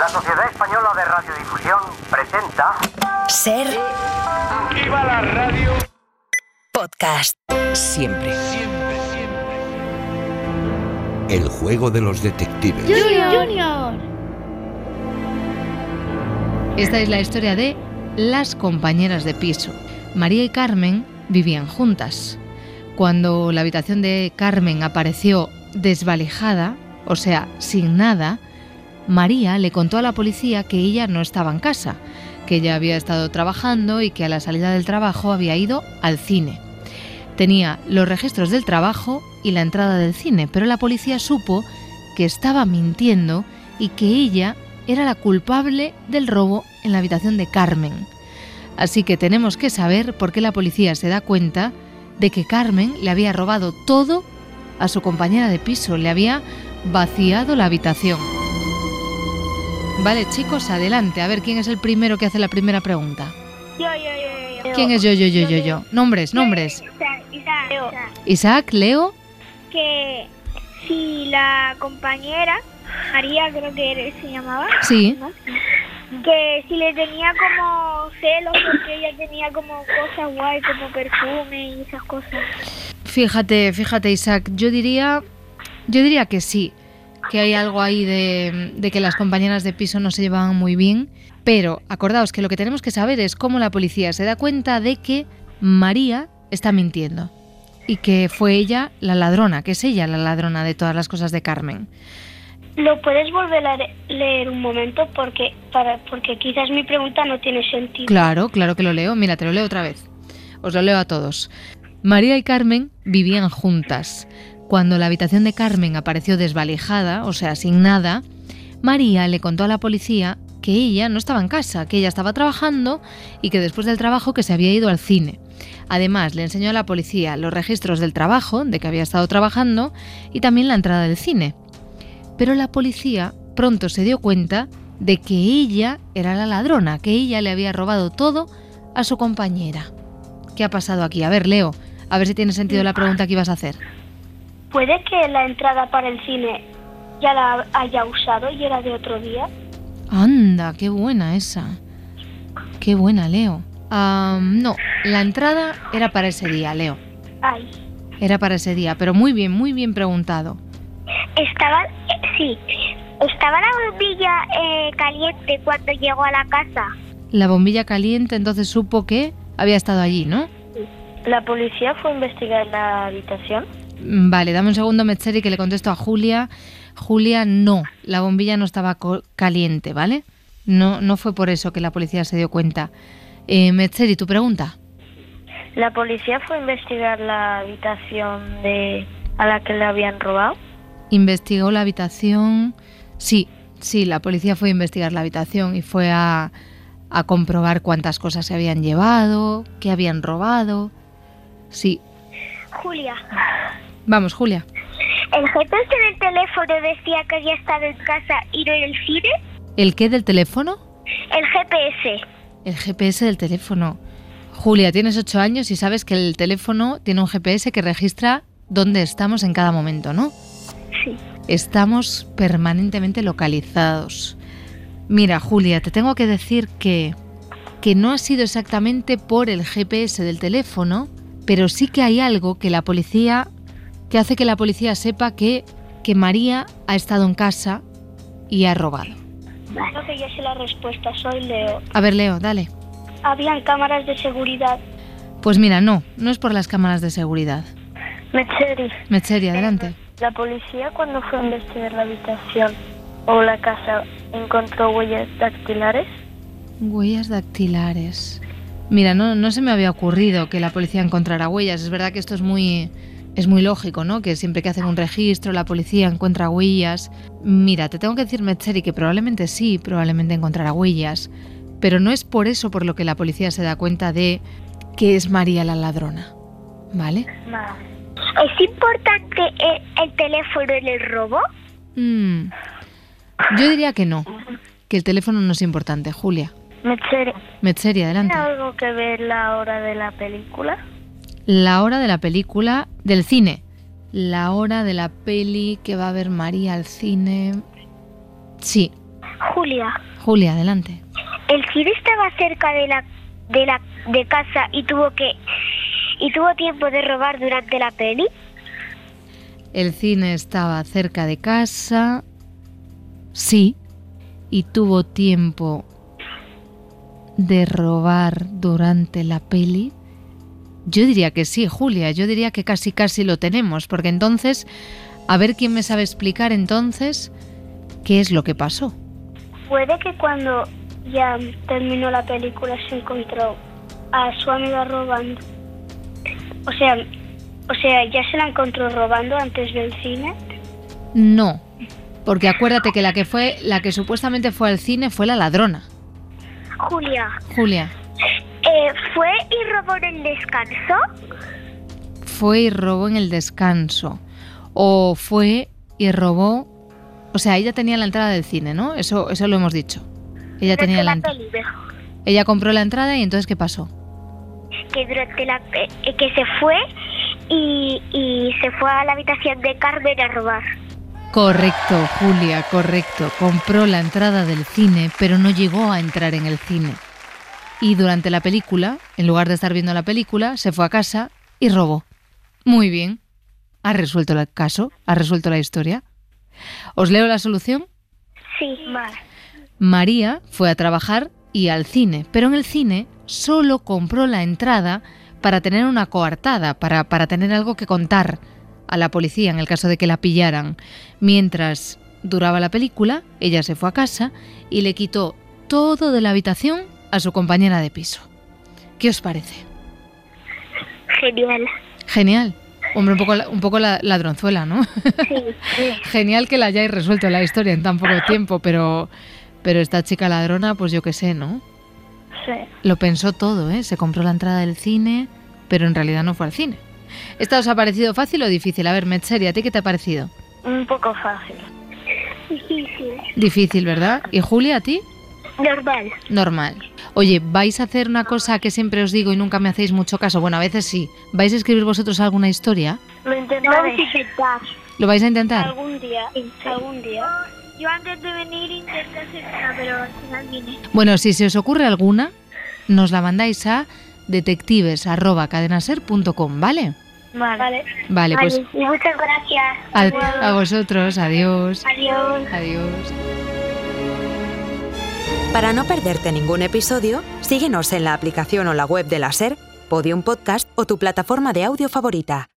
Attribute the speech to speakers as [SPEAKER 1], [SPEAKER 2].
[SPEAKER 1] La Sociedad Española de Radiodifusión presenta
[SPEAKER 2] Ser
[SPEAKER 3] ¡Viva la radio!
[SPEAKER 2] podcast.
[SPEAKER 4] siempre.
[SPEAKER 5] El juego de los detectives.
[SPEAKER 6] Esta es la historia de las compañeras de piso. María y Carmen vivían juntas. Cuando la habitación de Carmen apareció desvalijada, o sea, sin nada, María le contó a la policía que ella no estaba en casa, que ella había estado trabajando y que a la salida del trabajo había ido al cine. Tenía los registros del trabajo y la entrada del cine, pero la policía supo que estaba mintiendo y que ella era la culpable del robo en la habitación de Carmen. Así que tenemos que saber por qué la policía se da cuenta de que Carmen le había robado todo a su compañera de piso, le había vaciado la habitación. Vale, chicos, adelante, a ver quién es el primero que hace la primera pregunta.
[SPEAKER 7] Yo, yo, yo, yo, yo.
[SPEAKER 6] ¿Quién es yo, yo, yo, yo, yo? Nombres, nombres.
[SPEAKER 7] Isa- Isa- Isa.
[SPEAKER 6] Isaac, Leo,
[SPEAKER 7] Que si la compañera, María creo que era- se llamaba,
[SPEAKER 6] sí.
[SPEAKER 7] que si le tenía como celos porque ella tenía como cosas guay, como perfume y esas cosas.
[SPEAKER 6] Fíjate, fíjate, Isaac, yo diría, yo diría que sí, que hay algo ahí de, de que las compañeras de piso no se llevaban muy bien, pero acordaos que lo que tenemos que saber es cómo la policía se da cuenta de que María está mintiendo y que fue ella la ladrona, que es ella la ladrona de todas las cosas de Carmen.
[SPEAKER 7] ¿Lo puedes volver a leer un momento? Porque, para, porque quizás mi pregunta no tiene sentido.
[SPEAKER 6] Claro, claro que lo leo. Mira, te lo leo otra vez. Os lo leo a todos. María y Carmen vivían juntas. Cuando la habitación de Carmen apareció desvalijada, o sea, sin nada, María le contó a la policía que ella no estaba en casa, que ella estaba trabajando y que después del trabajo que se había ido al cine. Además, le enseñó a la policía los registros del trabajo, de que había estado trabajando, y también la entrada del cine. Pero la policía pronto se dio cuenta de que ella era la ladrona, que ella le había robado todo a su compañera. ¿Qué ha pasado aquí? A ver, Leo, a ver si tiene sentido la pregunta que ibas a hacer.
[SPEAKER 7] ¿Puede que la entrada para el cine ya la haya usado y era de otro día?
[SPEAKER 6] Anda, qué buena esa. Qué buena, Leo. Ah, no, la entrada era para ese día, Leo.
[SPEAKER 7] Ay.
[SPEAKER 6] Era para ese día, pero muy bien, muy bien preguntado.
[SPEAKER 7] Estaba, eh, sí, estaba la bombilla eh, caliente cuando llegó a la casa.
[SPEAKER 6] La bombilla caliente entonces supo que había estado allí, ¿no?
[SPEAKER 7] ¿La policía fue a investigar la habitación?
[SPEAKER 6] Mm, Vale, dame un segundo, Metzeri, que le contesto a Julia. Julia, no, la bombilla no estaba co- caliente, ¿vale? No, no fue por eso que la policía se dio cuenta. Eh, Metzeri, tu pregunta.
[SPEAKER 7] ¿La policía fue a investigar la habitación de a la que le habían robado?
[SPEAKER 6] Investigó la habitación. Sí, sí, la policía fue a investigar la habitación y fue a, a comprobar cuántas cosas se habían llevado, qué habían robado. Sí.
[SPEAKER 7] Julia,
[SPEAKER 6] Vamos, Julia.
[SPEAKER 7] ¿el GPS del teléfono decía que había estado en casa y no en el cine?
[SPEAKER 6] ¿El qué del teléfono?
[SPEAKER 7] El GPS.
[SPEAKER 6] El GPS del teléfono. Julia, tienes 8 años y sabes que el teléfono tiene un GPS que registra dónde estamos en cada momento, ¿no?
[SPEAKER 7] Sí.
[SPEAKER 6] Estamos permanentemente localizados. Mira, Julia, te tengo que decir que que no ha sido exactamente por el GPS del teléfono, pero sí que hay algo que la policía que hace que la policía sepa que que María ha estado en casa y ha robado.
[SPEAKER 7] Creo que yo sé la respuesta, soy Leo.
[SPEAKER 6] A ver, Leo, dale.
[SPEAKER 7] Habían cámaras de seguridad.
[SPEAKER 6] Pues mira, no, no es por las cámaras de seguridad.
[SPEAKER 7] Metzeri,
[SPEAKER 6] Metzeri, adelante.
[SPEAKER 7] La policía cuando fue a investigar la habitación o la casa encontró huellas dactilares.
[SPEAKER 6] Huellas dactilares. Mira, no, no se me había ocurrido que la policía encontrara huellas. Es verdad que esto es muy, es muy lógico, ¿no? Que siempre que hacen un registro, la policía encuentra huellas. Mira, te tengo que decir, Metzeri, que probablemente sí, probablemente encontrará huellas. Pero no es por eso por lo que la policía se da cuenta de que es María la ladrona. ¿Vale?
[SPEAKER 7] ¿Es importante el, el teléfono en el robo?
[SPEAKER 6] Mm. Yo diría que no. Que el teléfono no es importante, Julia.
[SPEAKER 7] Metzeri,
[SPEAKER 6] Metzeri, adelante.
[SPEAKER 7] algo que ver la hora de la película?
[SPEAKER 6] La hora de la película del cine. La hora de la peli que va a ver María al cine. Sí,
[SPEAKER 7] Julia,
[SPEAKER 6] Julia, adelante.
[SPEAKER 7] el Cid estaba cerca de la de la de casa y tuvo que y tuvo tiempo de robar durante la peli.
[SPEAKER 6] El cine estaba cerca de casa. Sí. Y tuvo tiempo de robar durante la peli. Yo diría que sí, Julia. Yo diría que casi casi lo tenemos. Porque entonces, a ver quién me sabe explicar entonces qué es lo que pasó.
[SPEAKER 7] Puede que cuando ya terminó la película se encontró a su amiga robando. O sea, o sea, ya se la encontró robando antes del cine.
[SPEAKER 6] No. Porque acuérdate que la que fue, la que supuestamente fue al cine fue la ladrona.
[SPEAKER 7] Julia,
[SPEAKER 6] Julia.
[SPEAKER 7] eh, ¿fue y robó en el descanso?
[SPEAKER 6] fue y robó en el descanso. O fue y robó. O sea, ella tenía la entrada del cine, ¿no? Eso, eso lo hemos dicho. Ella tenía la entrada. Ella compró la entrada y entonces ¿qué pasó?
[SPEAKER 7] que durante la eh, que se fue y, y se fue a la habitación de Carmen a robar.
[SPEAKER 6] Correcto, Julia, correcto. Compró la entrada del cine, pero no llegó a entrar en el cine. Y durante la película, en lugar de estar viendo la película, se fue a casa y robó. Muy bien. Ha resuelto el caso, ha resuelto la historia. ¿Os leo la solución?
[SPEAKER 7] Sí. Vale.
[SPEAKER 6] María fue a trabajar y al cine, pero en el cine solo compró la entrada para tener una coartada, para, para tener algo que contar a la policía en el caso de que la pillaran. Mientras duraba la película, ella se fue a casa y le quitó todo de la habitación a su compañera de piso. ¿Qué os parece?
[SPEAKER 7] Genial.
[SPEAKER 6] Genial. Hombre, un poco, la- un poco la- ladronzuela, ¿no?
[SPEAKER 7] Sí.
[SPEAKER 6] Genial que la hayáis resuelto la historia en tan poco tiempo, pero, pero esta chica ladrona, pues yo qué sé, ¿no? Lo pensó todo, ¿eh? Se compró la entrada del cine, pero en realidad no fue al cine. ¿Esta os ha parecido fácil o difícil? A ver, Metzeri, ¿a ti qué te ha parecido?
[SPEAKER 7] Un poco fácil. Difícil.
[SPEAKER 6] Difícil, ¿verdad? ¿Y Julia, a ti?
[SPEAKER 7] Normal.
[SPEAKER 6] Normal. Oye, ¿vais a hacer una cosa que siempre os digo y nunca me hacéis mucho caso? Bueno, a veces sí. ¿Vais a escribir vosotros alguna historia?
[SPEAKER 7] Lo intentaré. intentar.
[SPEAKER 6] ¿Lo vais a intentar?
[SPEAKER 7] Algún día. Algún día. Yo antes de venir intenté hacer una, pero al final vine.
[SPEAKER 6] Bueno, si se os ocurre alguna, nos la mandáis a detectives.cadenaser.com, ¿vale?
[SPEAKER 7] Vale.
[SPEAKER 6] Vale, pues
[SPEAKER 7] Muchas gracias.
[SPEAKER 6] a, a vosotros, adiós.
[SPEAKER 7] Adiós.
[SPEAKER 6] Adiós.
[SPEAKER 2] Para no perderte ningún episodio, síguenos en la aplicación o la web de la SER, Podium Podcast o tu plataforma de audio favorita.